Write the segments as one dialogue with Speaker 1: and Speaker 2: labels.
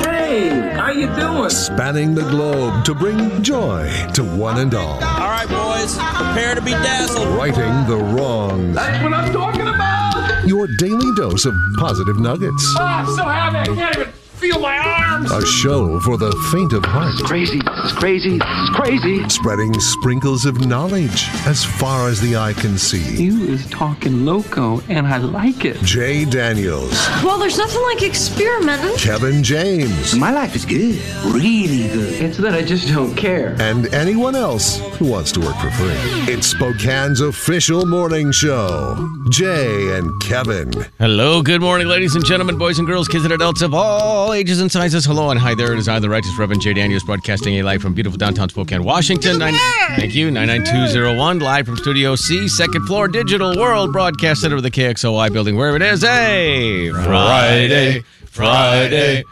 Speaker 1: Hey, how you doing?
Speaker 2: Spanning the globe to bring joy to one and all.
Speaker 3: All right, boys, prepare to be dazzled.
Speaker 2: Righting the wrongs.
Speaker 1: That's what I'm talking about.
Speaker 2: Your daily dose of positive nuggets.
Speaker 1: Oh, I'm so happy I can't even feel my arms.
Speaker 2: A show for the faint of heart.
Speaker 4: crazy. It's crazy. It's crazy.
Speaker 2: Spreading sprinkles of knowledge as far as the eye can see.
Speaker 5: You is talking loco, and I like it.
Speaker 2: Jay Daniels,
Speaker 6: Well, there's nothing like experimenting.
Speaker 2: Kevin James,
Speaker 4: My life is good. Really good.
Speaker 5: It's that I just don't care.
Speaker 2: and anyone else who wants to work for free. It's Spokane's official morning show. Jay and Kevin.
Speaker 3: Hello, good morning, ladies and gentlemen, boys and girls, kids and adults of all ages and sizes. Hello and hi there. It is I, the Righteous Reverend Jay Daniels, broadcasting a live from beautiful downtown Spokane, Washington. Nine, thank you, 99201, live from Studio C, second floor, Digital World Broadcast Center of the KXOY building, where it is a Friday, Friday.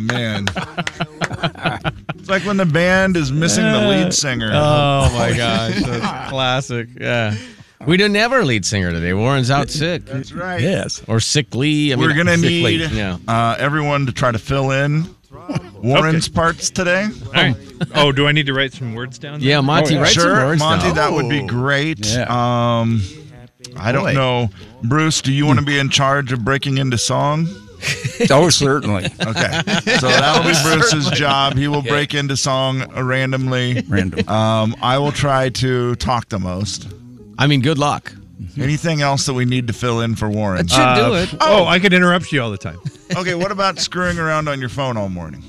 Speaker 7: man. it's like when the band is missing the
Speaker 3: Uh,
Speaker 7: lead singer.
Speaker 3: Oh my gosh, that's classic. Yeah. We didn't have our lead singer today. Warren's out sick.
Speaker 7: That's right.
Speaker 3: Or sickly. I mean,
Speaker 7: We're gonna
Speaker 3: sickly.
Speaker 7: need
Speaker 3: Yeah.
Speaker 7: uh, everyone to try to fill in Warren's parts today.
Speaker 8: Oh, do I need to write some words down?
Speaker 3: Yeah, Monty, write
Speaker 7: Oh, sure,
Speaker 3: some words
Speaker 7: Monty,
Speaker 3: down.
Speaker 7: that would be great. Um, I don't know, Bruce. Do you want to be in charge of breaking into song?
Speaker 9: Oh, certainly.
Speaker 7: Okay, so that'll be Bruce's job. He will break into song randomly.
Speaker 9: Random.
Speaker 7: Um, I will try to talk the most.
Speaker 3: I mean, good luck.
Speaker 7: Anything else that we need to fill in for Warren? Uh,
Speaker 3: should do it.
Speaker 8: Oh, I could interrupt you all the time.
Speaker 7: okay, what about screwing around on your phone all morning?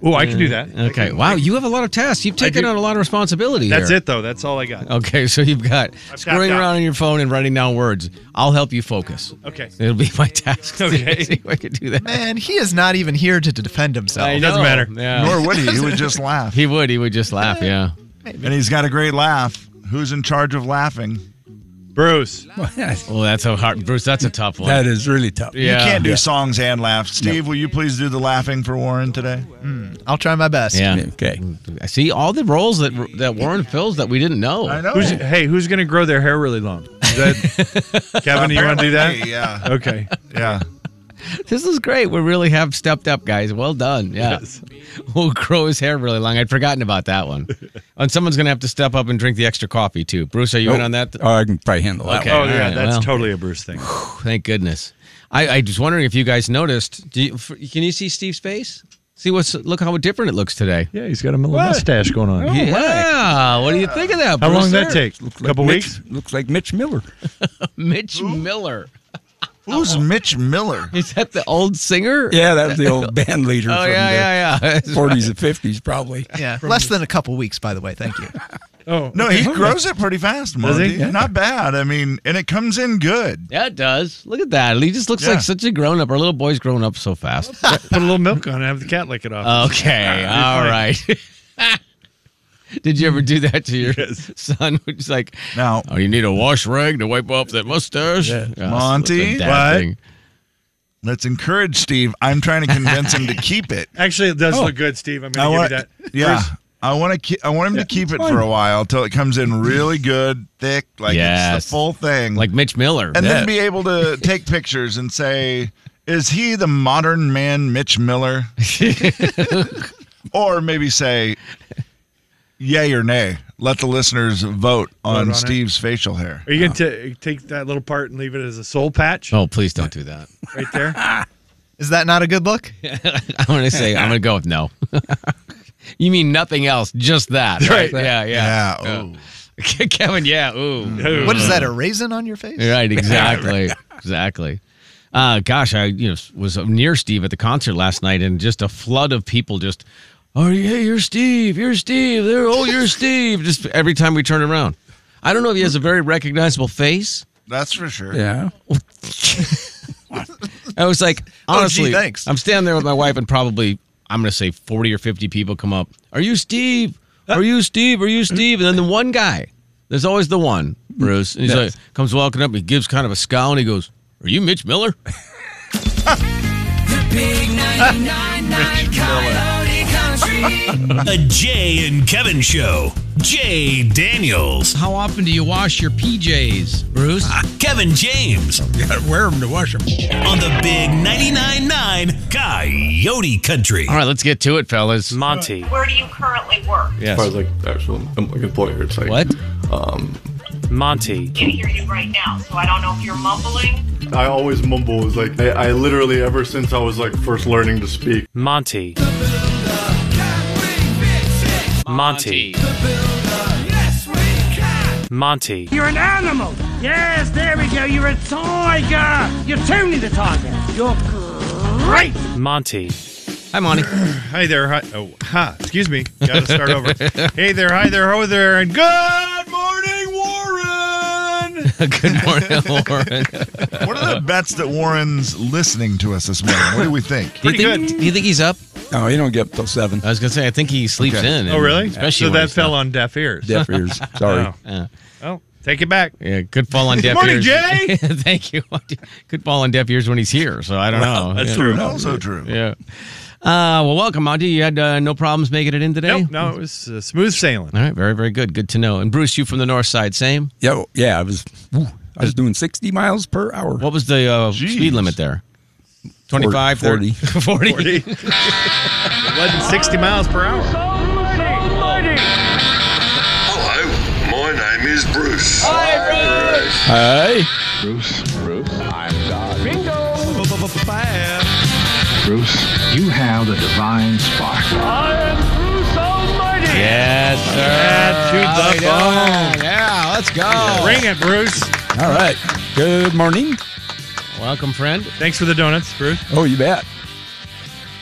Speaker 8: Oh, I can do that.
Speaker 3: Okay. Wow, you have a lot of tasks. You've taken
Speaker 8: do.
Speaker 3: on a lot of responsibility.
Speaker 8: That's
Speaker 3: here.
Speaker 8: it, though. That's all I got.
Speaker 3: Okay, so you've got screwing
Speaker 8: out.
Speaker 3: around on your phone and writing down words. I'll help you focus.
Speaker 8: Okay.
Speaker 3: It'll be my task.
Speaker 8: Okay.
Speaker 3: To see if I can do that.
Speaker 10: And he is not even here to defend himself.
Speaker 3: I
Speaker 8: doesn't
Speaker 3: know.
Speaker 8: matter.
Speaker 3: Yeah.
Speaker 7: Nor would he. He would just laugh.
Speaker 3: he would. He would just laugh. Yeah.
Speaker 7: And he's got a great laugh. Who's in charge of laughing?
Speaker 8: Bruce.
Speaker 3: Well, Oh, that's a hard, Bruce. That's a tough one.
Speaker 9: that is really tough.
Speaker 3: yeah.
Speaker 7: You can't do songs and laughs. Steve, will you please do the laughing for Warren today?
Speaker 10: Hmm, I'll try my best.
Speaker 3: Yeah.
Speaker 9: Okay.
Speaker 3: I see all the roles that that Warren fills that we didn't know.
Speaker 7: I know.
Speaker 8: Who's, hey, who's going to grow their hair really long? Is that- Kevin, you want to do that?
Speaker 7: Yeah.
Speaker 8: Okay.
Speaker 7: Yeah.
Speaker 3: This is great. We really have stepped up, guys. Well done. Yeah. We'll grow his hair really long. I'd forgotten about that one. and someone's going to have to step up and drink the extra coffee, too. Bruce, are you in on that?
Speaker 9: Oh, I can probably handle that.
Speaker 3: Okay.
Speaker 8: Oh,
Speaker 3: all
Speaker 8: yeah.
Speaker 3: right,
Speaker 8: that's
Speaker 3: well.
Speaker 8: totally a Bruce thing.
Speaker 3: Thank goodness. I, I was wondering if you guys noticed. Do you, f can you see Steve's face? See what's look how different it looks today.
Speaker 8: Yeah, he's got a little mustache going on.
Speaker 3: yeah. What do you think of that?
Speaker 8: Oh, How
Speaker 3: Bruce
Speaker 8: long that
Speaker 3: there?
Speaker 8: take? A couple
Speaker 9: Mitch-
Speaker 8: weeks?
Speaker 9: Looks like Mitch Miller.
Speaker 3: Mitch Miller.
Speaker 7: Who's Mitch Miller?
Speaker 3: Is that the old singer?
Speaker 9: Yeah, that was the old band leader
Speaker 3: Oh
Speaker 9: from
Speaker 3: yeah, yeah,
Speaker 9: the
Speaker 3: yeah.
Speaker 9: 40s and 50s, probably.
Speaker 10: Yeah. Less than a couple weeks, by the way. Thank you.
Speaker 8: Oh,
Speaker 7: No, he grows it pretty fast,
Speaker 8: Does he?
Speaker 7: Monty. Not bad. I mean, and it comes in good.
Speaker 3: Yeah, it does. Look at that. He just looks
Speaker 7: Yeah.
Speaker 3: like such a grown up. Our little boy's grown up so fast.
Speaker 8: put a little milk on and have the cat lick it off.
Speaker 3: Okay, all
Speaker 8: fine.
Speaker 3: right. Did you ever do that to your son? It's like,
Speaker 7: Now,
Speaker 3: oh, you need a wash rag to wipe off that mustache,
Speaker 9: Yeah.
Speaker 3: Yeah,
Speaker 7: Monty?
Speaker 3: it's a dad
Speaker 8: What?
Speaker 3: thing.
Speaker 7: let's encourage Steve. I'm trying to convince him to keep it.
Speaker 8: Actually, it does look good, Steve. I'm
Speaker 7: I
Speaker 8: going to
Speaker 7: want,
Speaker 8: give you
Speaker 7: yeah.
Speaker 8: that.
Speaker 7: I want to. Keep, I want him to keep it for a while till it comes in really good, thick, like it's
Speaker 3: Yes.
Speaker 7: the full thing.
Speaker 3: like Mitch Miller.
Speaker 7: and
Speaker 9: Yeah.
Speaker 7: then be able to take pictures and say, "Is he the modern man, Mitch Miller?" or maybe say, "Yay or nay." Let the listeners vote on
Speaker 8: on it.
Speaker 7: Steve's facial hair.
Speaker 8: Are you going to take that little part and leave it as a soul patch
Speaker 3: oh, please don't do that.
Speaker 8: right there?
Speaker 10: Is that not a good look?
Speaker 3: I'm gonna say I'm gonna go with no. you mean nothing else, just that, right? Yeah, yeah.
Speaker 7: ooh.
Speaker 3: Kevin, yeah. Ooh.
Speaker 10: What is that? A raisin on your face?
Speaker 3: Right, exactly, exactly. Uh, gosh, I you know was near Steve at the concert last night, and just a flood of people just, oh yeah, you're Steve, you're Steve, there, oh you're Steve. Just every time we turn around, I don't know if he has a very recognizable face.
Speaker 7: That's for sure.
Speaker 9: Yeah.
Speaker 3: I was like,
Speaker 10: gee,
Speaker 3: honestly,
Speaker 10: thanks.
Speaker 3: I'm standing there with my wife, and probably I'm gonna say 40 or 50 people come up. Are you Steve? Are you Steve? Are you Steve? And then the one guy, there's always the one, Bruce. And he's
Speaker 9: Yes.
Speaker 3: like, comes walking up, he gives kind of a scowl, and he goes, "Are you Mitch Miller?"
Speaker 7: Miller.
Speaker 11: The Jay and Kevin Show. Jay Daniels.
Speaker 12: How often do you wash your PJs, Bruce?
Speaker 9: Ah,
Speaker 11: Kevin James.
Speaker 9: You gotta wear them to wash them.
Speaker 11: On the big 99.9 9 Coyote Country.
Speaker 3: All right, let's get to it, fellas.
Speaker 11: Monty.
Speaker 13: Where do you currently work?
Speaker 3: Yes.
Speaker 14: As far as like the actual um, like employer, it's like
Speaker 3: what?
Speaker 14: Um,
Speaker 13: Monty. Can hear you right now, so I don't know if you're mumbling.
Speaker 14: I always mumble. Is like I, I literally ever since I was like first learning to speak.
Speaker 15: Monty. Monty. Monty.
Speaker 1: You're an animal. Yes, there we go. You're a tiger. You're Tony the Tiger. You're great.
Speaker 15: Monty.
Speaker 3: Hi, Monty.
Speaker 8: hi there. Hi. Oh, ha. Excuse me. Got to start over. hey there. Hi there. Ho there. And good morning, Warren. Oh,
Speaker 3: good morning, Warren.
Speaker 7: What are the bets that Warren's listening to us this morning? What do we think?
Speaker 3: Do you think, do you think he's up?
Speaker 9: No, he don't get up till seven.
Speaker 3: I was gonna say I think he sleeps
Speaker 9: Okay.
Speaker 3: in.
Speaker 9: Oh,
Speaker 3: and-
Speaker 9: really?
Speaker 3: Especially
Speaker 8: So
Speaker 3: when
Speaker 8: that
Speaker 3: he's
Speaker 8: fell
Speaker 3: not-
Speaker 8: on deaf ears.
Speaker 9: Deaf ears. Sorry.
Speaker 8: Oh.
Speaker 3: Yeah.
Speaker 8: Oh, take it back.
Speaker 3: Yeah, good fall on deaf
Speaker 8: Morning,
Speaker 3: ears.
Speaker 8: Jay!
Speaker 3: Thank you. Good fall on deaf ears when he's here. So I don't
Speaker 8: Well,
Speaker 3: know.
Speaker 8: that's
Speaker 3: Yeah.
Speaker 8: true.
Speaker 7: Also true.
Speaker 3: Yeah. Uh, well, welcome, Monty. You had uh, no problems making it in today.
Speaker 8: Nope, no, it was uh, smooth sailing.
Speaker 3: All right, very, very good. Good to know. And Bruce, you from the north side, same.
Speaker 9: Yeah, well, yeah. I was, whew, I was doing sixty miles per hour.
Speaker 3: What was the uh, speed limit there? 25,
Speaker 9: 40.
Speaker 3: 40.
Speaker 8: 40. it wasn't 60 miles per hour.
Speaker 16: Hello, my name is Bruce.
Speaker 9: Hi.
Speaker 16: Bruce. Bruce. I'm God. Bingo. Bruce, you have the divine spark.
Speaker 3: Yes, sir.
Speaker 16: Yeah, to the
Speaker 3: How we doing? Yeah, let's go.
Speaker 8: Ring it, Bruce.
Speaker 9: All right. Good morning.
Speaker 3: Welcome, friend.
Speaker 8: Thanks for the donuts, Bruce.
Speaker 9: Oh, you bet.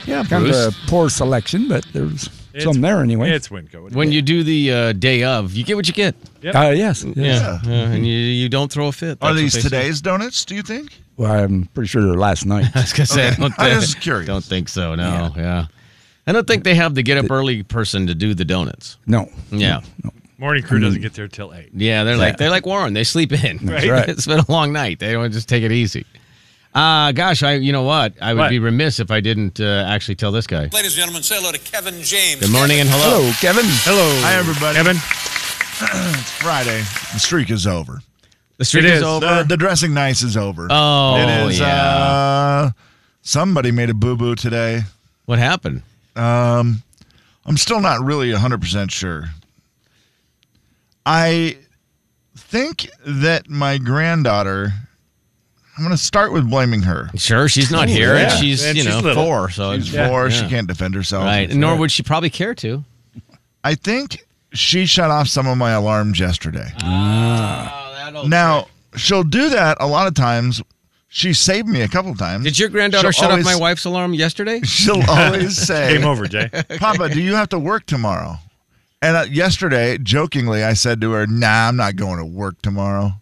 Speaker 9: Yeah, kind
Speaker 3: Bruce.
Speaker 9: of a poor selection, but there's some there anyway.
Speaker 8: It's Winco.
Speaker 3: When you do the uh, day of, you get what you get.
Speaker 9: Uh, yes. yes.
Speaker 3: Yeah. yeah. And you, you don't throw a fit.
Speaker 7: Are
Speaker 3: That's what
Speaker 7: these
Speaker 3: they say.
Speaker 7: today's donuts, do you think?
Speaker 9: Well, I'm pretty sure they're last night.
Speaker 3: I was gonna say, I,
Speaker 7: Okay.
Speaker 3: don't
Speaker 7: I
Speaker 3: thi-
Speaker 7: was curious.
Speaker 3: Don't think so. No, yeah. I don't think they have the get up early person to do the donuts.
Speaker 9: No.
Speaker 3: Yeah,
Speaker 8: Morning crew doesn't get there till 8.
Speaker 3: yeah. They're like
Speaker 9: Yeah.
Speaker 3: they're like Warren. They sleep in.
Speaker 9: That's right.
Speaker 3: it's been a long night. They don't just take it easy. Uh, gosh, I you know what? I would
Speaker 8: What?
Speaker 3: be remiss if I didn't uh, actually tell this guy.
Speaker 17: Ladies and gentlemen, say hello to Kevin James.
Speaker 3: Good morning and hello.
Speaker 9: Hello, Kevin.
Speaker 8: Hello.
Speaker 7: Hi, everybody.
Speaker 8: Kevin.
Speaker 7: it's Friday. The streak is over.
Speaker 3: The streak
Speaker 8: It
Speaker 3: is,
Speaker 8: is. Uh,
Speaker 3: over.
Speaker 7: The, the dressing nice is over.
Speaker 3: Oh,
Speaker 7: it is.
Speaker 3: yeah.
Speaker 7: Uh, somebody made a boo boo today.
Speaker 3: what happened?
Speaker 7: Um, I'm still not really 100% sure. I think that my granddaughter, I'm going to start with blaming her.
Speaker 3: Sure, she's not here, and
Speaker 8: yeah.
Speaker 3: she's
Speaker 8: And
Speaker 3: you
Speaker 8: she's
Speaker 3: know
Speaker 8: little.
Speaker 3: four, so
Speaker 7: She's
Speaker 3: it's-
Speaker 7: four.
Speaker 3: yeah.
Speaker 7: She can't defend herself.
Speaker 3: right. Nor would she probably care to.
Speaker 7: I think she shut off some of my alarms yesterday.
Speaker 3: that'll
Speaker 7: Now, she'll do that a lot of times. She saved me a couple times.
Speaker 3: Did your granddaughter
Speaker 7: She'll
Speaker 3: shut
Speaker 7: always-
Speaker 3: off my wife's alarm yesterday?
Speaker 7: She'll always say,
Speaker 8: Game over, Jay.
Speaker 7: Papa, do you have to work tomorrow? And uh, yesterday, jokingly, I said to her, Nah, I'm not going to work tomorrow.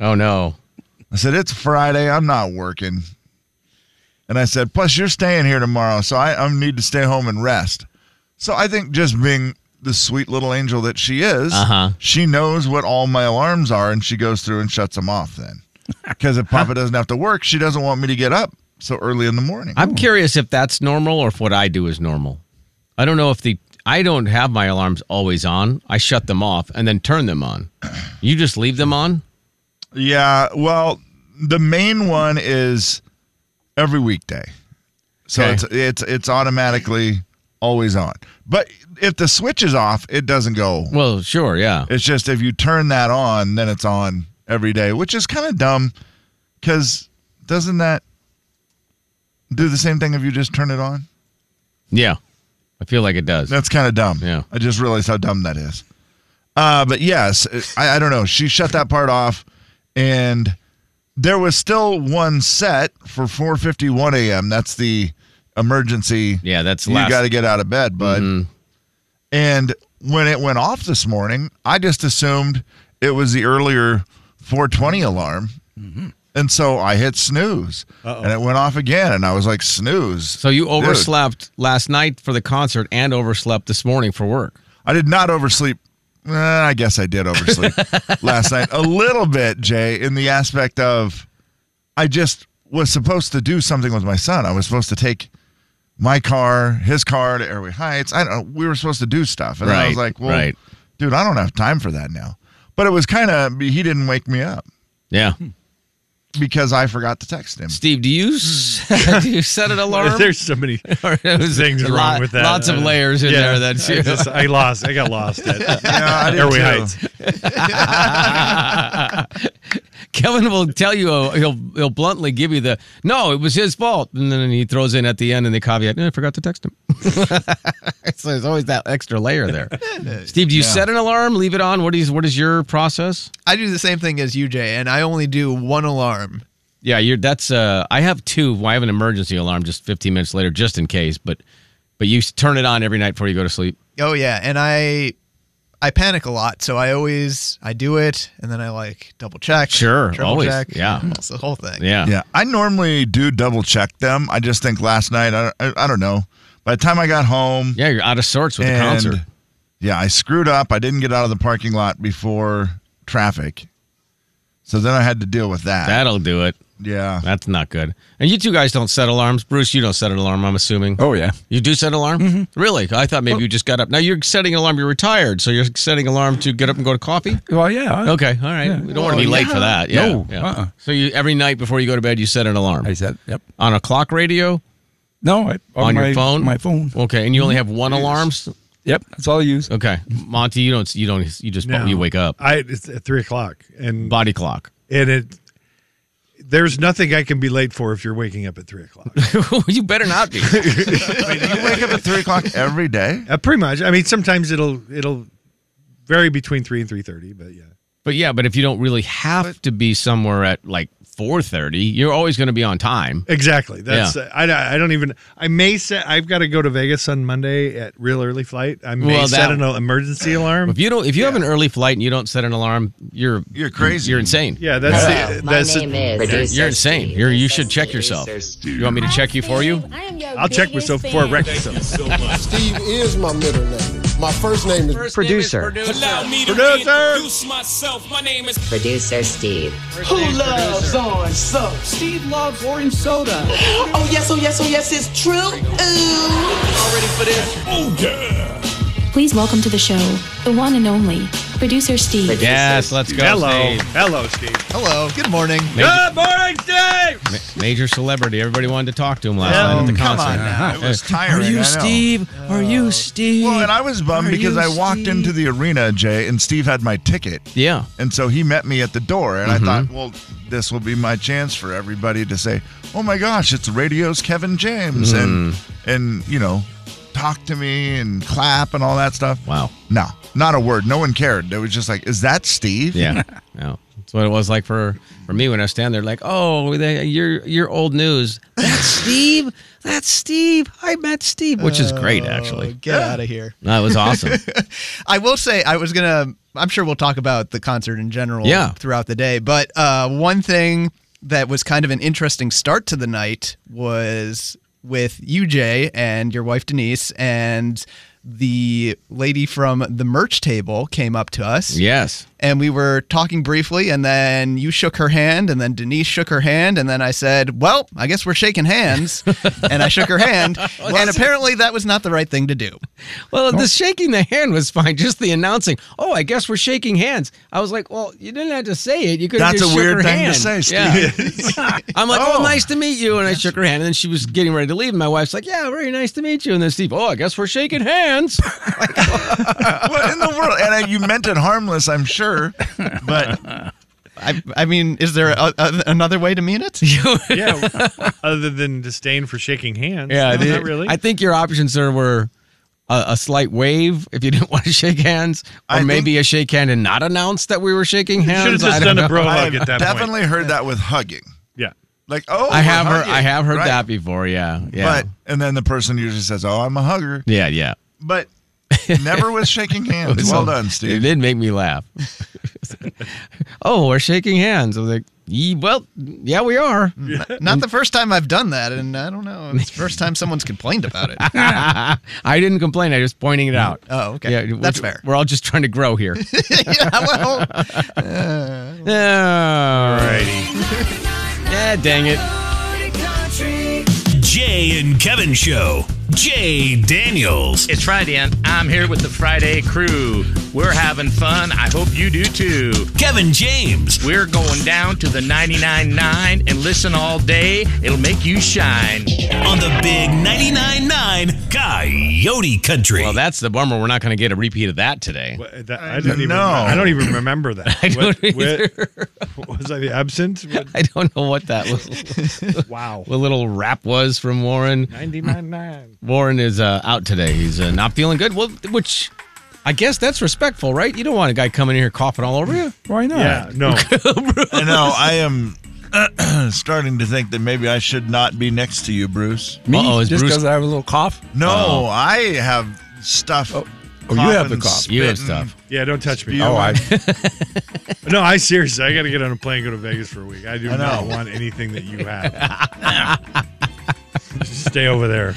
Speaker 3: Oh no.
Speaker 7: I said, It's Friday. I'm not working. And I said, Plus, you're staying here tomorrow. So I, I need to stay home and rest. So I think just being the sweet little angel that she is,
Speaker 3: Uh-huh.
Speaker 7: she knows what all my alarms are and she goes through and shuts them off then. Because if Papa doesn't have to work, she doesn't want me to get up so early in the morning.
Speaker 3: I'm curious if that's normal or if what I do is normal. I don't know if the I don't have my alarms always on. I shut them off and then turn them on. You just leave them on?
Speaker 7: Yeah. Well, the main one is every weekday. So
Speaker 3: Okay.
Speaker 7: it's it's it's automatically always on. But if the switch is off, it doesn't go.
Speaker 3: Well, sure, yeah.
Speaker 7: It's just if you turn that on, then it's on every day, which is kind of dumb cuz doesn't that do the same thing if you just turn it on?
Speaker 3: Yeah. I feel like it does.
Speaker 7: That's kind of dumb.
Speaker 3: Yeah.
Speaker 7: I just realized how dumb that is. Uh, but yes, I, I don't know. She shut that part off, and there was still one set for 4:51 a.m. That's the emergency.
Speaker 3: Yeah, that's
Speaker 7: you
Speaker 3: last. Mm-hmm.
Speaker 7: got to get out of bed, bud. And when it went off this morning, I just assumed it was the earlier 4:20 alarm,
Speaker 3: Mm-hmm.
Speaker 7: and so I hit snooze, and it went off again, and I was like snooze.
Speaker 3: so you
Speaker 7: Dude.
Speaker 3: overslept last night for the concert and overslept this morning for work.
Speaker 7: I did not oversleep. Eh, I guess I did oversleep last night a little bit, Jay, in the aspect of I just was supposed to do something with my son. I was supposed to take my car, his car to Airway Heights. I don't know. We were supposed to do stuff. And I was
Speaker 3: Right,
Speaker 7: like, well,
Speaker 3: right.
Speaker 7: dude, I don't have time for that now. But it was kind of, he didn't wake me up
Speaker 3: Yeah.
Speaker 8: Hmm.
Speaker 7: because I forgot to text him.
Speaker 3: Steve, do you s- do you set an alarm?
Speaker 8: Hmm. There's so many
Speaker 3: was
Speaker 8: things
Speaker 3: a
Speaker 8: wrong
Speaker 3: lot-
Speaker 8: with that.
Speaker 3: lots of
Speaker 8: Uh,
Speaker 3: layers in there that
Speaker 8: I,
Speaker 3: you-
Speaker 8: just- I lost. I got lost. At
Speaker 7: I did
Speaker 8: Airway
Speaker 7: too.
Speaker 8: Heights.
Speaker 3: Kevin will tell you uh, he'll he'll bluntly give you the no, it was his fault, and then he throws in at the end and the caveat, "Eh, I forgot to text him. so there's always that extra layer there. Steve, do you
Speaker 10: Yeah.
Speaker 3: set an alarm? Leave it on. What is what is your process?
Speaker 10: I do the same thing as you, Jay, and I only do one alarm.
Speaker 3: Yeah, you're that's uh I have two. Well, I have an emergency alarm just 15 minutes later just in case, but but you s- turn it on every night before you go to sleep.
Speaker 10: Oh yeah, and I I panic a lot, so I always I do it and then I like double check.
Speaker 3: Sure,
Speaker 10: triple
Speaker 3: always,
Speaker 10: Check,
Speaker 3: yeah.
Speaker 10: it's the whole thing.
Speaker 3: Yeah.
Speaker 7: Yeah. I normally do double check them. I just think last night, I, I, I don't know. By the time I got home.
Speaker 3: Yeah, you're out of sorts with the concert.
Speaker 7: Yeah, I screwed up. I didn't get out of the parking lot before traffic. So then I had to deal with that.
Speaker 3: That'll do it.
Speaker 7: Yeah.
Speaker 3: That's not good. And you two guys don't set alarms. Bruce, you don't set an alarm, I'm assuming.
Speaker 9: Oh, yeah.
Speaker 3: You do set alarm?
Speaker 9: Mm-hmm.
Speaker 3: Really? I thought
Speaker 9: Oh.
Speaker 3: maybe you just got up. Now you're setting an alarm. You're retired. So you're setting alarm to get up and go to coffee?
Speaker 9: Well, Oh. yeah.
Speaker 3: Okay. All right. We don't want to be
Speaker 9: Well,
Speaker 3: late
Speaker 9: yeah.
Speaker 3: for that. Yeah.
Speaker 9: No,
Speaker 3: yeah.
Speaker 9: uh-uh.
Speaker 3: So you every night before you go to bed, you set an alarm. I
Speaker 9: set, yep.
Speaker 3: On a clock radio?
Speaker 9: No, I,
Speaker 3: on,
Speaker 9: my-
Speaker 3: your phone?
Speaker 9: My phone.
Speaker 3: Okay. And you only have one
Speaker 9: Yes.
Speaker 3: alarm?
Speaker 9: Yep. That's all I use.
Speaker 3: Okay. Monty, you don't, you don't, you just,
Speaker 8: No.
Speaker 3: Oh, you wake up.
Speaker 8: I it's at three o'clock and
Speaker 3: Body clock.
Speaker 8: and it. There's nothing I can be late for if you're waking up at three o'clock.
Speaker 3: you better not be.
Speaker 7: you wake up at three o'clock every day.
Speaker 8: Uh, pretty much. I mean, sometimes it'll it'll vary between three and three thirty, but yeah.
Speaker 3: But yeah, but if you don't really have to be somewhere at like 4:30, you're always going to be on time.
Speaker 8: Exactly. That's
Speaker 3: Yeah.
Speaker 8: I, I don't even I may set I've got to go to Vegas on Monday at real early flight. I may
Speaker 3: Well,
Speaker 8: set
Speaker 3: that-
Speaker 8: an emergency alarm.
Speaker 3: If you don't if you have an early flight and you don't set an alarm, you're you're
Speaker 7: crazy.
Speaker 3: You're insane.
Speaker 8: Yeah, that's the- Hello, Uh, my that's the- name is
Speaker 3: You're-
Speaker 8: Producer
Speaker 3: You're insane. You're you should check yourself. You want me to check you for you?
Speaker 8: I'll check myself before I wreck myself.
Speaker 18: Steve is my middle name. My first name is
Speaker 3: Producer.
Speaker 18: Allow me
Speaker 8: to Producer.
Speaker 18: myself. My name is
Speaker 19: Producer Steve.
Speaker 18: Who loves orange soda?
Speaker 19: Steve loves orange soda.
Speaker 18: Oh yes, oh yes, oh yes, it's true. Ooh. All ready for this? Oh yeah.
Speaker 20: Please welcome to the show the one and only producer Steve.
Speaker 3: Yes, let's go.
Speaker 8: Hello.
Speaker 3: Steve.
Speaker 8: Hello, Steve.
Speaker 10: Hello. Good morning.
Speaker 3: Good
Speaker 8: morning, Steve.
Speaker 3: Ma- Major celebrity. Everybody wanted to talk to him last
Speaker 7: Oh,
Speaker 3: night at the
Speaker 7: come
Speaker 3: concert.
Speaker 7: on now. It was tiring,
Speaker 3: Are
Speaker 7: I
Speaker 3: you
Speaker 7: know.
Speaker 3: Steve? Are you Steve?
Speaker 7: Well, and I was bummed
Speaker 3: Are
Speaker 7: because
Speaker 3: you
Speaker 7: I walked
Speaker 3: Steve?
Speaker 7: into the arena, Jay, and Steve had my ticket.
Speaker 3: Yeah.
Speaker 7: And so he met me at the door, and
Speaker 3: Mhm.
Speaker 7: I thought, well, this will be my chance for everybody to say, oh my gosh, it's radio's Kevin James,
Speaker 3: Mm.
Speaker 7: and and you know, talk to me and clap and all that stuff.
Speaker 3: Wow.
Speaker 7: No, not a word. No one cared. It was just like, is that Steve?
Speaker 3: Yeah. No. That's what it was like for for me when I was standing there like, "Oh, they, you're you're old news." That's Steve. That's Steve. I met Steve, which is great actually.
Speaker 10: Get out of here.
Speaker 3: That was awesome.
Speaker 10: I will say I was gonna. I'm sure we'll talk about the concert in general
Speaker 3: Yeah.
Speaker 10: throughout the day. But uh, one thing that was kind of an interesting start to the night was with you, Jay, and your wife Denise, and the lady from the merch table came up to us.
Speaker 3: Yes.
Speaker 10: And we were talking briefly, and then you shook her hand, and then Denise shook her hand, and then I said, "Well, I guess we're shaking hands," and I shook her hand, and apparently that was not the right thing to do.
Speaker 3: Well, the shaking the hand was fine. Just the announcing, oh, I guess we're shaking hands. I was like, well, you didn't have to say it. You could
Speaker 7: That's
Speaker 3: just
Speaker 7: a
Speaker 3: shook
Speaker 7: weird
Speaker 3: her
Speaker 7: thing to
Speaker 3: hand.
Speaker 7: say, Steve.
Speaker 3: Yeah. I'm like, oh.
Speaker 7: Oh.
Speaker 3: nice to meet you. And I shook her hand. And then she was getting ready to leave. And my wife's like, yeah, very nice to meet you. And then Steve, oh, I guess we're shaking hands.
Speaker 7: what in the world? And I, you meant it harmless, I'm sure, but
Speaker 10: I, I mean, is there a, a, another way to mean it?
Speaker 8: yeah. Other than disdain for shaking hands.
Speaker 3: Yeah,
Speaker 8: No,
Speaker 3: the-
Speaker 8: Oh, not really.
Speaker 3: I think your options there were a, a slight wave if you didn't want to shake hands, or maybe a shake hand and not announce that we were shaking hands.
Speaker 8: should've just
Speaker 3: I don't
Speaker 8: done a bro
Speaker 3: know.
Speaker 8: hug
Speaker 7: I've definitely heard that with hugging.
Speaker 8: Yeah.
Speaker 7: Like, oh,
Speaker 3: I
Speaker 7: we're
Speaker 3: have heard,
Speaker 7: hugging.
Speaker 3: I have heard
Speaker 7: Right.
Speaker 3: that before. Yeah, yeah,
Speaker 7: But and then the person usually says, "Oh, I'm a hugger,"
Speaker 3: yeah, yeah.
Speaker 7: but never with shaking
Speaker 3: It was
Speaker 7: hands. Well
Speaker 3: so-
Speaker 7: done,
Speaker 3: It
Speaker 7: Steve.
Speaker 3: did make me laugh. oh, we're shaking hands. I was like, "Ye- well, yeah, we are.
Speaker 10: Not the first time I've done that, and I don't know. It's the first time someone's complained about it.
Speaker 3: I didn't complain. I was just pointing it out.
Speaker 10: Oh, okay.
Speaker 3: we're-
Speaker 10: That's fair.
Speaker 3: We're all just trying to grow here.
Speaker 10: yeah, well,
Speaker 3: Alrighty. Yeah, dang it.
Speaker 11: Jay and Kevin Show. Jay Daniels.
Speaker 21: It's Friday, and I'm here with the Friday crew. We're having fun. I hope you do too.
Speaker 11: Kevin James.
Speaker 21: We're going down to the 99.9 and listen all day. It'll make you shine.
Speaker 11: On the big 99.9 Coyote Country.
Speaker 3: Well, that's the bummer. We're not going to get a repeat of that today.
Speaker 8: That- I, don't even. I don't even remember that.
Speaker 3: I don't
Speaker 8: What- what- was I the absent? What-
Speaker 3: I don't know what that was.
Speaker 8: wow.
Speaker 3: What little rap was from Warren.
Speaker 8: 99.9.
Speaker 3: Warren is uh, out today. He's uh, not feeling good. Well, which I guess that's respectful, right? You don't want a guy coming in here coughing all over you.
Speaker 9: Why not?
Speaker 7: Yeah,
Speaker 8: no.
Speaker 7: I know. I am starting to think that maybe I should not be next to you, Bruce.
Speaker 9: Me? Uh-oh, is Just Bruce- 'cause I have a little cough?
Speaker 7: No,
Speaker 9: Oh.
Speaker 7: I have stuff. Oh,
Speaker 9: Oh, you have the cough. You have
Speaker 8: stuff. Yeah, don't touch me.
Speaker 9: Oh, I-
Speaker 8: no, I seriously, I got to get on a plane, go to Vegas for a week. I do
Speaker 7: I
Speaker 8: not
Speaker 7: know.
Speaker 8: want anything that you have. Just Stay over there.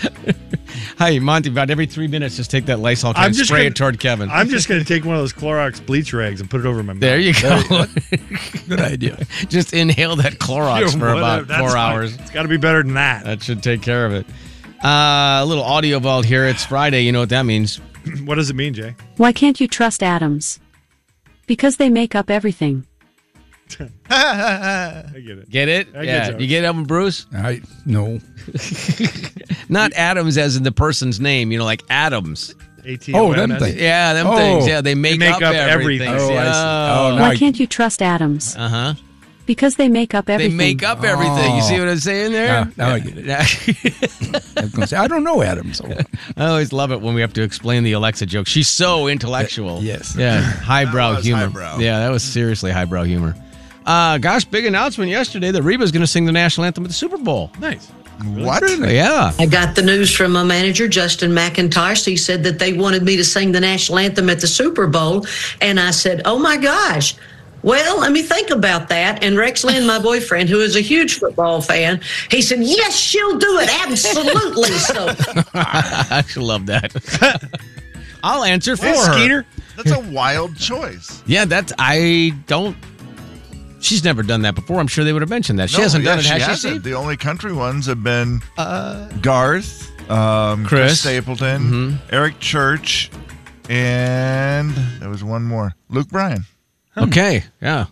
Speaker 3: Hey, Monty, about every three minutes, just take that Lysol can
Speaker 8: I'm
Speaker 3: and
Speaker 8: just
Speaker 3: spray
Speaker 8: gonna-
Speaker 3: it toward Kevin.
Speaker 8: I'm just going to take one of those Clorox bleach rags and put it over my mouth.
Speaker 3: There you go.
Speaker 9: Good idea.
Speaker 3: just inhale that Clorox
Speaker 8: Yeah,
Speaker 3: for
Speaker 8: whatever,
Speaker 3: about
Speaker 8: that's
Speaker 3: four
Speaker 8: fine.
Speaker 3: hours.
Speaker 8: It's got to be better than that.
Speaker 3: That should take care of it. Uh, a little audio vault here. It's Friday. You know what that means.
Speaker 8: what does it mean, Jay?
Speaker 22: Why can't you trust atoms? Because they make up everything.
Speaker 8: I get it.
Speaker 3: Get it?
Speaker 8: I get
Speaker 3: yeah.
Speaker 8: jokes.
Speaker 3: you get it, Elvin Bruce?
Speaker 9: I no.
Speaker 3: Not Adams as in the person's name, you know, like Adams.
Speaker 8: ATOMS. Oh, them things.
Speaker 3: Yeah, them
Speaker 8: Oh.
Speaker 3: things. Yeah, they
Speaker 8: They
Speaker 3: make,
Speaker 8: make up
Speaker 3: everything.
Speaker 8: everything. Oh, I see. Oh,
Speaker 22: Why can't you trust atoms?
Speaker 3: Uh huh.
Speaker 22: Because they make up
Speaker 3: They
Speaker 22: everything.
Speaker 3: make up everything. You see what I'm saying there?
Speaker 9: Now- now I get
Speaker 3: it.
Speaker 9: I'm gonna say I don't know Adams.
Speaker 3: I always love it when we have to explain the Alexa joke. She's so intellectual.
Speaker 9: Yes.
Speaker 3: Yeah. Highbrow
Speaker 9: was
Speaker 3: humor.
Speaker 9: highbrow.
Speaker 3: Yeah, that was seriously highbrow humor. Uh, gosh, big announcement yesterday that Reba's going to sing the national anthem at the Super Bowl.
Speaker 8: Nice.
Speaker 3: What? Yeah.
Speaker 23: I got the news from my manager, Justin McIntosh. He said that they wanted me to sing the national anthem at the Super Bowl. And I said, Oh my gosh. Well, let me think about that. And Rex Lynn, my boyfriend, who is a huge football fan, he said, Yes, she'll do it. Absolutely. so
Speaker 3: I actually love that. I'll answer for her.
Speaker 7: That's a wild choice.
Speaker 3: Yeah, that's I don't. She's never done that before. I'm sure they would have mentioned that. She
Speaker 7: No,
Speaker 3: hasn't
Speaker 7: yeah,
Speaker 3: done it, has she?
Speaker 7: hasn't.
Speaker 3: Steve?
Speaker 7: The only country ones have been Garth, um, Chris.
Speaker 3: Chris.
Speaker 7: Stapleton, Eric Church, and there was one more, Luke Bryan.
Speaker 3: Okay, yeah.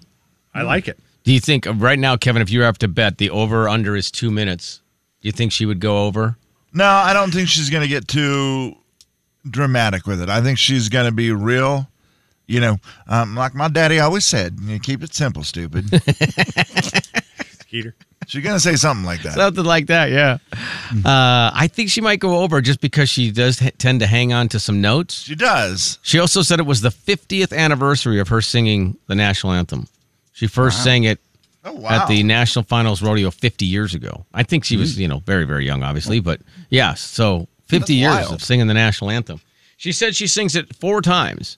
Speaker 8: I like it.
Speaker 3: Do you think right now, Kevin? If you have to bet, the over under is two minutes. Do you think she would go over?
Speaker 7: No, I don't think she's going to get too dramatic with it. I think she's going to be real. You know, um, like my daddy always said, you keep it simple, stupid.
Speaker 8: Skeeter.
Speaker 7: She's going to say something like that.
Speaker 3: Something like that, yeah. Uh, I think she might go over just because she does h- tend to hang on to some notes. She
Speaker 7: does.
Speaker 3: She also said it was the 50th anniversary of her singing the national anthem. She first
Speaker 7: Wow.
Speaker 3: sang it
Speaker 7: Oh, wow.
Speaker 3: at the National Finals Rodeo 50 years ago. I think she was, you know, very, very young, obviously, but yeah, so 50 years
Speaker 7: wild.
Speaker 3: of singing the national anthem. She said she sings it four times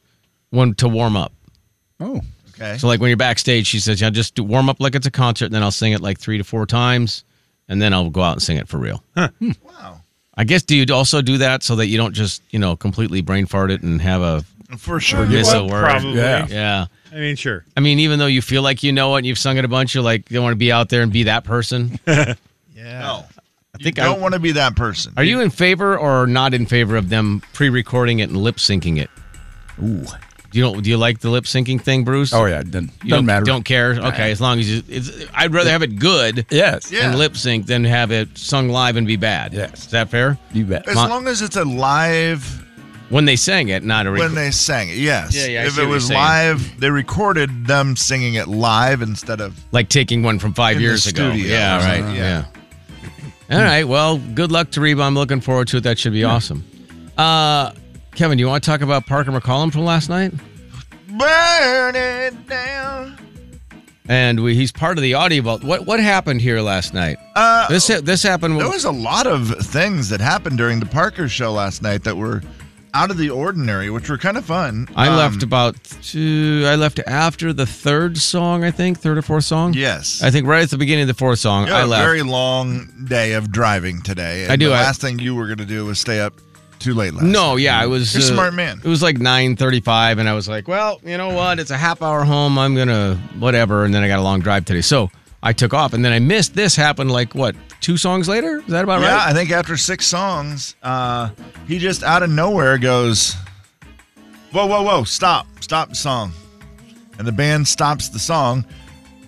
Speaker 3: when to warm up.
Speaker 9: Oh.
Speaker 7: Okay.
Speaker 3: So, like when you're backstage, she says, "Yeah, just do warm up like it's a concert, and then I'll sing it like three to four times, and then I'll go out and sing it for real."
Speaker 7: Wow.
Speaker 3: I guess do you also do that so that you don't just you know completely brain fart it and have a
Speaker 7: For sure.
Speaker 3: miss a
Speaker 8: Well,
Speaker 3: word?
Speaker 8: probably.
Speaker 3: Yeah.
Speaker 8: Yeah.
Speaker 3: yeah.
Speaker 8: I mean, sure.
Speaker 3: I mean, even though you feel like you know it and you've sung it a bunch, you're like you don't want to be out there and be that person.
Speaker 7: No. I
Speaker 3: think
Speaker 7: you don't
Speaker 3: I-
Speaker 7: want to be that person.
Speaker 3: Are you in favor or not in favor of them pre-recording it and lip syncing it?
Speaker 9: Ooh.
Speaker 3: Do you don't do you like the lip syncing thing, Bruce?
Speaker 9: Oh yeah, doesn't,
Speaker 3: You
Speaker 9: doesn't
Speaker 3: don't,
Speaker 9: matter.
Speaker 3: Don't care.
Speaker 9: Nah.
Speaker 3: Okay, as long as you, it's, I'd rather have it good.
Speaker 9: Yes.
Speaker 7: Yeah.
Speaker 3: And lip sync than have it sung live and be bad. Yes. Is that fair?
Speaker 9: You bet.
Speaker 7: As long as it's a live
Speaker 3: when they sang it, not a
Speaker 7: when
Speaker 3: record.
Speaker 7: they sang it, yes.
Speaker 3: Yeah, yeah, I
Speaker 7: if
Speaker 3: see
Speaker 7: it
Speaker 3: what
Speaker 7: was
Speaker 3: you're saying.
Speaker 7: live, they recorded them singing it live instead of
Speaker 3: like taking one from five
Speaker 7: In the
Speaker 3: years ago.
Speaker 7: studio Uh-huh.
Speaker 3: Yeah.
Speaker 7: or
Speaker 3: Right.
Speaker 7: something.
Speaker 3: yeah. All right. Well, good luck to Reba. I'm looking forward to it. That should be awesome. Uh, Kevin, do you want to talk about Parker McCollum from last night?
Speaker 7: burn it down.
Speaker 3: And we, he's part of the audio vault. What what happened here last night?
Speaker 7: Uh,
Speaker 3: this ha- this happened.
Speaker 7: There was a lot of things that happened during the Parker show last night that were out of the ordinary, which were kind of fun.
Speaker 3: I
Speaker 7: Um,
Speaker 3: left about two. I left after the third song, I think, third or fourth song.
Speaker 7: Yes.
Speaker 3: I think right at the beginning of the fourth song,
Speaker 7: you had
Speaker 3: I
Speaker 7: a
Speaker 3: left.
Speaker 7: very long day of driving today. and
Speaker 3: I do,
Speaker 7: The
Speaker 3: I-
Speaker 7: last thing you were going to do was stay up too late last.
Speaker 3: no, yeah, I was. uh,
Speaker 7: You're a smart man.
Speaker 3: It was like nine thirty-five, and I was like, "Well, you know what? It's a half hour home. I'm gonna whatever." And then I got a long drive today, so I took off, and then I missed this happen like what two songs later? Is that about
Speaker 7: yeah,
Speaker 3: right?
Speaker 7: I think after six songs, uh, he just out of nowhere goes, "Whoa, whoa, whoa! Stop, stop the song!" And the band stops the song,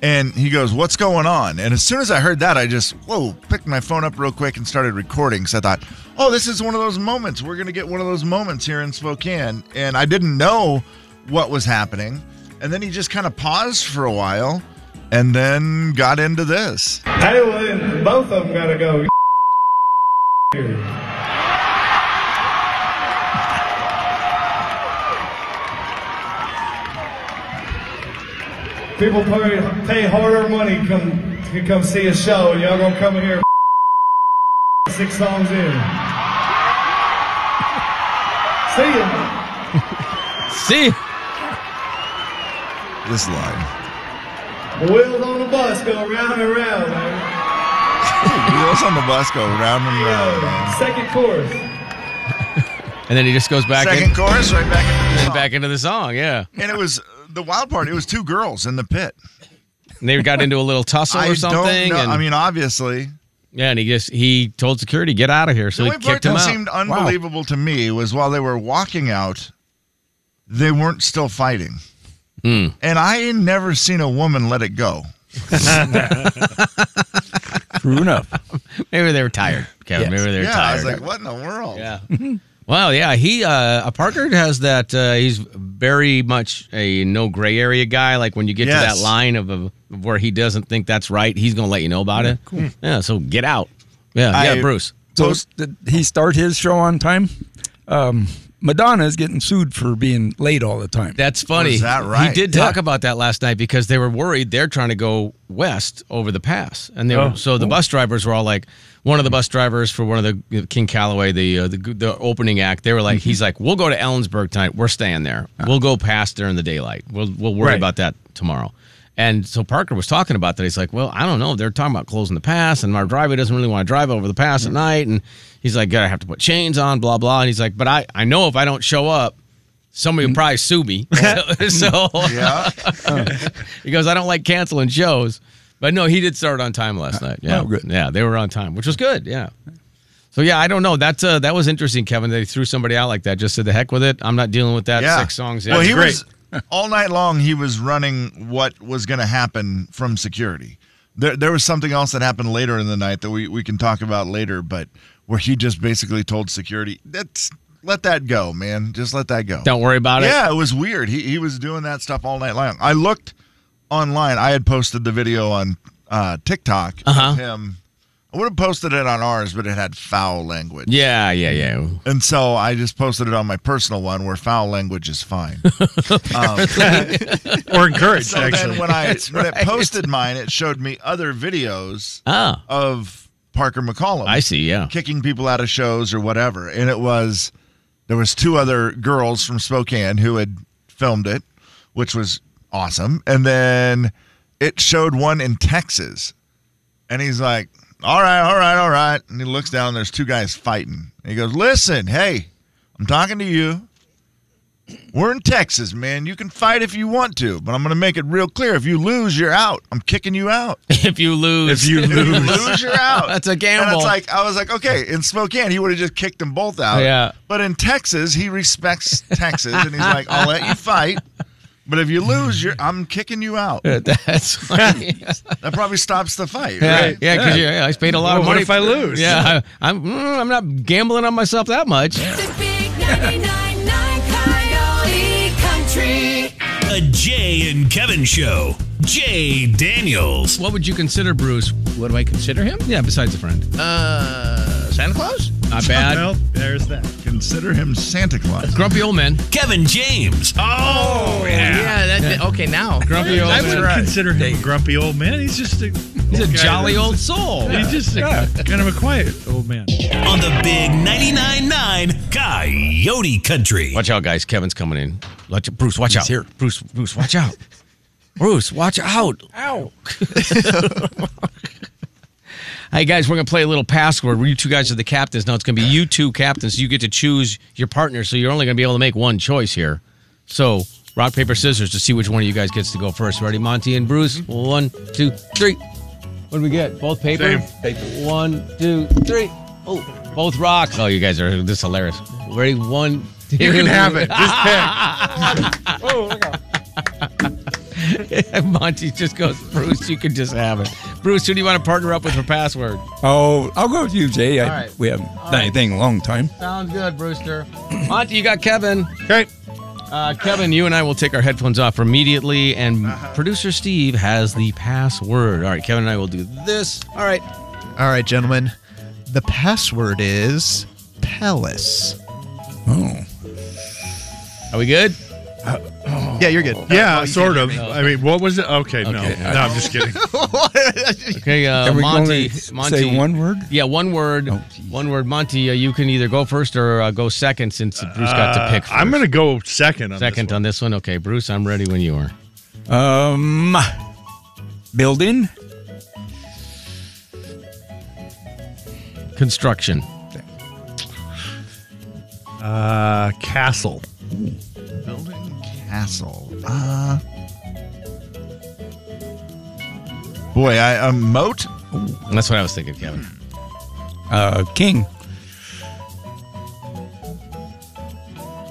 Speaker 7: and he goes, "What's going on?" And as soon as I heard that, I just whoa, picked my phone up real quick and started recording. So I thought, "Oh, this is one of those moments. We're gonna get one of those moments here in Spokane." And I didn't know what was happening, and then he just kind of paused for a while, and then got into this.
Speaker 4: Hey, well, then both of them gotta go. People pay, pay harder money come to come see a show, and y'all gonna come in here six songs in. See ya.
Speaker 3: See,
Speaker 7: this line.
Speaker 4: The wheels on the bus go round and round, man.
Speaker 7: Wheels on the bus go round and round.
Speaker 4: Second chorus.
Speaker 3: and then he just goes back
Speaker 7: Second
Speaker 3: in,
Speaker 7: chorus, right back into the
Speaker 3: and back into the song. Yeah,
Speaker 7: And it was the wild part. It was two girls in the pit.
Speaker 3: and they got into a little tussle
Speaker 7: I
Speaker 3: or something.
Speaker 7: don't know.
Speaker 3: and,
Speaker 7: I mean, obviously,
Speaker 3: yeah, and he just he told security get out of here, so
Speaker 7: the
Speaker 3: he
Speaker 7: only part
Speaker 3: kicked him
Speaker 7: that
Speaker 3: out.
Speaker 7: seemed unbelievable to me was while they were walking out, they weren't still fighting,
Speaker 3: Hmm.
Speaker 7: and I had never seen a woman let it go.
Speaker 3: True enough. Maybe they were tired, Kevin. Maybe they were
Speaker 7: yeah,
Speaker 3: tired.
Speaker 7: I was like, what in the world?
Speaker 3: Yeah. Well, yeah, he uh, a Parker has that. Uh, he's very much a no gray area guy. Like when you get to
Speaker 7: Yes.
Speaker 3: that line of, of where he doesn't think that's right, he's gonna let you know about it.
Speaker 9: Cool.
Speaker 3: Yeah, so get out. Yeah, yeah, Bruce.
Speaker 9: So did he start his show on time? Um, Madonna is getting sued for being late all the time.
Speaker 3: That's funny.
Speaker 9: Was that right?
Speaker 3: He did talk
Speaker 9: Yeah.
Speaker 3: about that last night because they were worried they're trying to go west over the pass, and they were,
Speaker 9: Oh.
Speaker 3: so the
Speaker 9: Oh.
Speaker 3: bus drivers were all like, one of the bus drivers for one of the King Calloway, the uh, the, the opening act, they were like, he's like, we'll go to Ellensburg tonight. We're staying there. We'll go past during the daylight. We'll we'll worry
Speaker 5: Right.
Speaker 3: about that tomorrow. And so Parker was talking about that. He's like, well, I don't know. They're talking about closing the pass, and our driver doesn't really want to drive over the pass at night. And he's like, gotta have to put chains on, blah blah. And he's like, but I I know if I don't show up. Somebody will probably sue me. so
Speaker 7: yeah.
Speaker 3: he goes, I don't like canceling shows. But no, he did start on time last night. Yeah.
Speaker 9: oh, good.
Speaker 3: Yeah, they were on time, which was good. Yeah. So yeah, I don't know. That's uh, that was interesting, Kevin. They threw somebody out like that. Just said the heck with it. I'm not dealing with that.
Speaker 7: Yeah.
Speaker 3: Six songs. in.
Speaker 7: Well, he was all night long. He was running what was going to happen from security. There, there was something else that happened later in the night that we, we can talk about later, but where he just basically told security, "That's let that go, man. Just let that go.
Speaker 3: Don't worry about it."
Speaker 7: Yeah, it was weird. He he was doing that stuff all night long. I looked online. I had posted the video on uh, TikTok
Speaker 3: Uh-huh.
Speaker 7: of him. I would have posted it on ours, but it had foul language.
Speaker 3: Yeah, yeah, yeah.
Speaker 7: And so I just posted it on my personal one where foul language is fine. Um,
Speaker 8: or encouraged,
Speaker 7: so
Speaker 8: actually.
Speaker 7: then when I
Speaker 8: That's
Speaker 7: when
Speaker 8: right.
Speaker 7: it posted mine, it showed me other videos
Speaker 3: Ah.
Speaker 7: of Parker McCollum.
Speaker 3: I see. Yeah.
Speaker 7: Kicking people out of shows or whatever. And it was there was two other girls from Spokane who had filmed it, which was awesome. And then it showed one in Texas. And he's like, All right, all right, all right. And he looks down, there's two guys fighting. And he goes, Listen, hey, I'm talking to you. We're in Texas, man. You can fight if you want to, but I'm going to make it real clear. If you lose, you're out. I'm kicking you out.
Speaker 3: if you lose,
Speaker 8: If you lose.
Speaker 7: lose, you're out.
Speaker 3: That's a gamble.
Speaker 7: And it's like I was like, okay, in Spokane, he would have just kicked them both out.
Speaker 3: Yeah.
Speaker 7: But in Texas, he respects Texas, and he's like, I'll let you fight, but if you lose, you're I'm kicking you out.
Speaker 3: that's funny.
Speaker 7: That probably stops the fight.
Speaker 3: Yeah,
Speaker 7: right?
Speaker 3: yeah, because yeah. I paid a lot
Speaker 8: Well,
Speaker 3: of
Speaker 8: what
Speaker 3: money.
Speaker 8: if I lose?
Speaker 3: Yeah, I, I'm mm, I'm not gambling on myself that much.
Speaker 11: The Jay and Kevin Show. Jay Daniels.
Speaker 3: What would you consider Bruce?
Speaker 12: What do I consider him?
Speaker 3: Yeah, besides a friend.
Speaker 12: Uh, Santa Claus?
Speaker 3: Not bad.
Speaker 8: Well, there's that.
Speaker 7: Consider him Santa Claus.
Speaker 3: Grumpy old man.
Speaker 11: Kevin James.
Speaker 8: Oh,
Speaker 12: Yeah, that, that- okay, now.
Speaker 3: Grumpy old
Speaker 8: I
Speaker 3: man.
Speaker 8: wouldn't consider him a grumpy old man. He's just a
Speaker 3: He's a
Speaker 8: guy
Speaker 3: jolly
Speaker 8: that's-
Speaker 3: old soul.
Speaker 8: He's just a, kind of a quiet old man.
Speaker 11: On the big 99.9 Coyote Country.
Speaker 3: Watch out, guys. Kevin's coming in. Watch, Bruce, watch out. here. Bruce, Bruce, watch out. Bruce, watch out.
Speaker 9: Ow.
Speaker 3: Hey, guys, we're going to play a little password. You two guys are the captains. Now it's going to be you two captains. You get to choose your partner, so you're only going to be able to make one choice here. So, rock, paper, scissors to see which one of you guys gets to go first. Ready, Monty and Bruce? One, two, three. What do we get? Both paper? Paper. One, two, three. Oh, both rocks. Oh, you guys are this is hilarious. Ready? One, two.
Speaker 8: You can have it.
Speaker 3: Monty just goes, Bruce, you can just have it. Bruce, who do you want to partner up with for password?
Speaker 9: Oh, I'll go with you, Jay. I,
Speaker 3: All right.
Speaker 9: We haven't done anything in a long time.
Speaker 3: Sounds good, Brewster. Monty, you got Kevin. Okay. Uh, Kevin, you and I will take our headphones off immediately, and
Speaker 8: Uh-huh.
Speaker 3: producer Steve has the password. All right, Kevin and I will do this. All right.
Speaker 10: All right, gentlemen. The password is palace.
Speaker 9: Oh.
Speaker 3: Are we good?
Speaker 10: yeah, you're good.
Speaker 8: Yeah, sort of. I mean, what was it? Okay, no,
Speaker 3: Okay.
Speaker 8: no, I'm just kidding.
Speaker 3: Okay, uh,
Speaker 8: Can we
Speaker 3: Monty,
Speaker 8: only
Speaker 3: Monty.
Speaker 8: say one word? Oh,
Speaker 3: Yeah, one word. one word. Monty, uh, you can either go first or uh, go second since Bruce got to pick
Speaker 8: Uh,
Speaker 3: first.
Speaker 8: I'm gonna go second. On
Speaker 3: second on this one. Okay, Bruce, I'm ready when you are.
Speaker 9: Um, building.
Speaker 3: Construction.
Speaker 8: Uh, castle.
Speaker 7: Building castle. Uh, boy, I um, moat.
Speaker 3: That's what I was thinking, Kevin.
Speaker 9: Uh, king.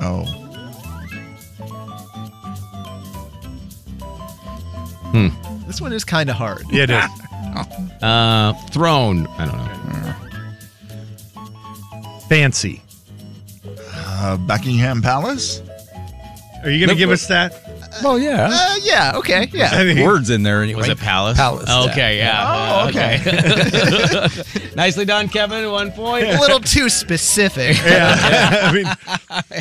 Speaker 7: Oh,
Speaker 10: This one is kind of hard.
Speaker 3: Yeah, it is. Uh, throne. I don't know.
Speaker 8: Fancy.
Speaker 7: Uh, Buckingham Palace.
Speaker 8: Are you gonna give us that?
Speaker 9: Oh yeah.
Speaker 10: Uh, yeah. Okay. Yeah.
Speaker 8: I mean-
Speaker 9: Words in there anyway.
Speaker 3: Was it palace?
Speaker 9: Palace.
Speaker 3: Okay, yeah. Uh-huh.
Speaker 10: Oh, okay.
Speaker 3: Nicely done, Kevin. One point.
Speaker 10: a little too specific.
Speaker 3: Yeah. I mean,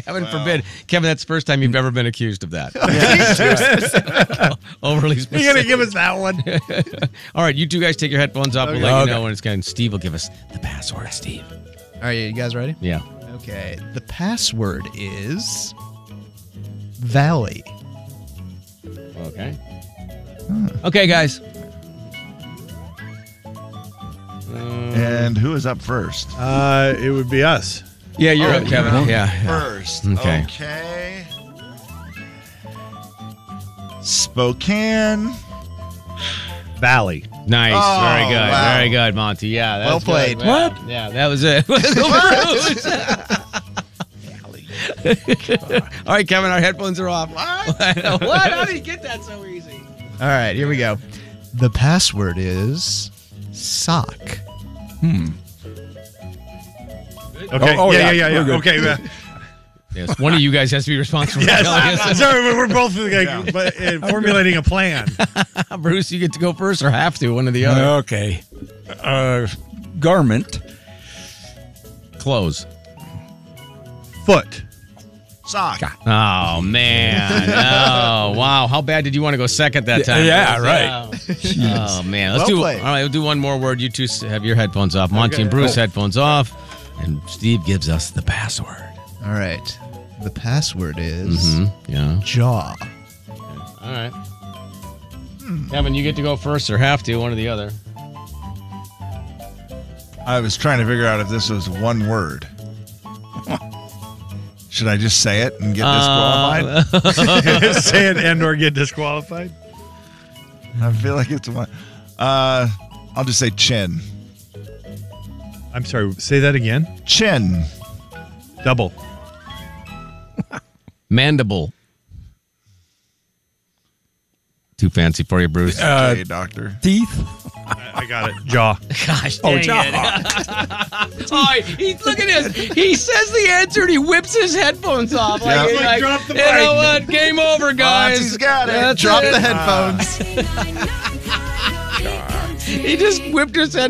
Speaker 3: heaven forbid, Kevin. That's the first time you've ever been accused of that. Overly specific.
Speaker 8: You're gonna give us that one.
Speaker 3: All right, you two guys take your headphones off. We'll
Speaker 10: Okay.
Speaker 3: let you know
Speaker 10: Okay.
Speaker 3: when it's going. Steve will give us the password. Steve.
Speaker 10: All right, you guys ready?
Speaker 3: Yeah.
Speaker 10: Okay. The password is Valley.
Speaker 3: Okay. Okay, guys.
Speaker 7: and who is up first?
Speaker 8: Uh, it would be us.
Speaker 3: Yeah, you're
Speaker 7: Oh,
Speaker 3: up, Kevin.
Speaker 7: you're up
Speaker 3: Yeah. yeah.
Speaker 7: first.
Speaker 3: Okay.
Speaker 7: Okay. Spokane.
Speaker 8: Valley.
Speaker 3: Nice.
Speaker 7: Oh,
Speaker 3: very good.
Speaker 7: wow.
Speaker 3: Very good, Monty. Yeah. that's
Speaker 7: Well
Speaker 3: good.
Speaker 7: played.
Speaker 3: Wow. Yeah, that was it. All right, Kevin, our headphones are off.
Speaker 10: What?
Speaker 3: what? How did he get that so easy?
Speaker 10: All right, here we go. The password is sock.
Speaker 9: Hmm.
Speaker 8: Okay.
Speaker 10: Oh, oh, yeah,
Speaker 8: yeah, yeah, yeah,
Speaker 10: we're
Speaker 8: yeah.
Speaker 10: good.
Speaker 8: Okay. yeah.
Speaker 3: Yes, one of you guys has to be responsible. for that.
Speaker 8: yes. Sorry, we're we're both like, but, uh, formulating a plan.
Speaker 3: Bruce, you get to go first or have to, one or the other.
Speaker 9: Okay. Uh, garment.
Speaker 3: Clothes.
Speaker 8: Foot.
Speaker 7: Sock.
Speaker 3: Oh man! Oh wow! How bad did you want to go second that time?
Speaker 9: Yeah,
Speaker 3: Bruce?
Speaker 9: right.
Speaker 3: Oh, man, let's
Speaker 9: Well
Speaker 3: do.
Speaker 9: played.
Speaker 3: All right, we'll do one more word. You two s- have your headphones off. Monty and Bruce
Speaker 10: Okay.
Speaker 3: headphones off, and Steve gives us the password.
Speaker 10: All right. The password is
Speaker 3: Mhm, yeah.
Speaker 10: jaw.
Speaker 3: All right. Kevin, you get to go first or have to, one or the other.
Speaker 7: I was trying to figure out if this was one word. Should I just say it and get
Speaker 8: Uh,
Speaker 7: disqualified?
Speaker 8: say it and or get disqualified.
Speaker 7: I feel like it's one. Uh, I'll just say chin.
Speaker 8: I'm sorry. Say that again.
Speaker 7: Chin.
Speaker 8: Double.
Speaker 3: Mandible. Too fancy for you, Bruce.
Speaker 18: Uh,
Speaker 7: Okay, doctor.
Speaker 9: Teeth.
Speaker 8: I got it. Jaw.
Speaker 3: Gosh,
Speaker 8: Oh,
Speaker 3: dang it. oh, he, look at this. He says the answer and he whips his headphones off.
Speaker 18: Yeah.
Speaker 3: Like, he's
Speaker 18: Like,
Speaker 3: like,
Speaker 18: drop the
Speaker 3: you know
Speaker 18: mic."
Speaker 3: what? Game over, guys.
Speaker 18: Monty's got it.
Speaker 3: That's Ah.
Speaker 18: Drop
Speaker 3: it.
Speaker 18: the headphones.
Speaker 3: he just whipped his head.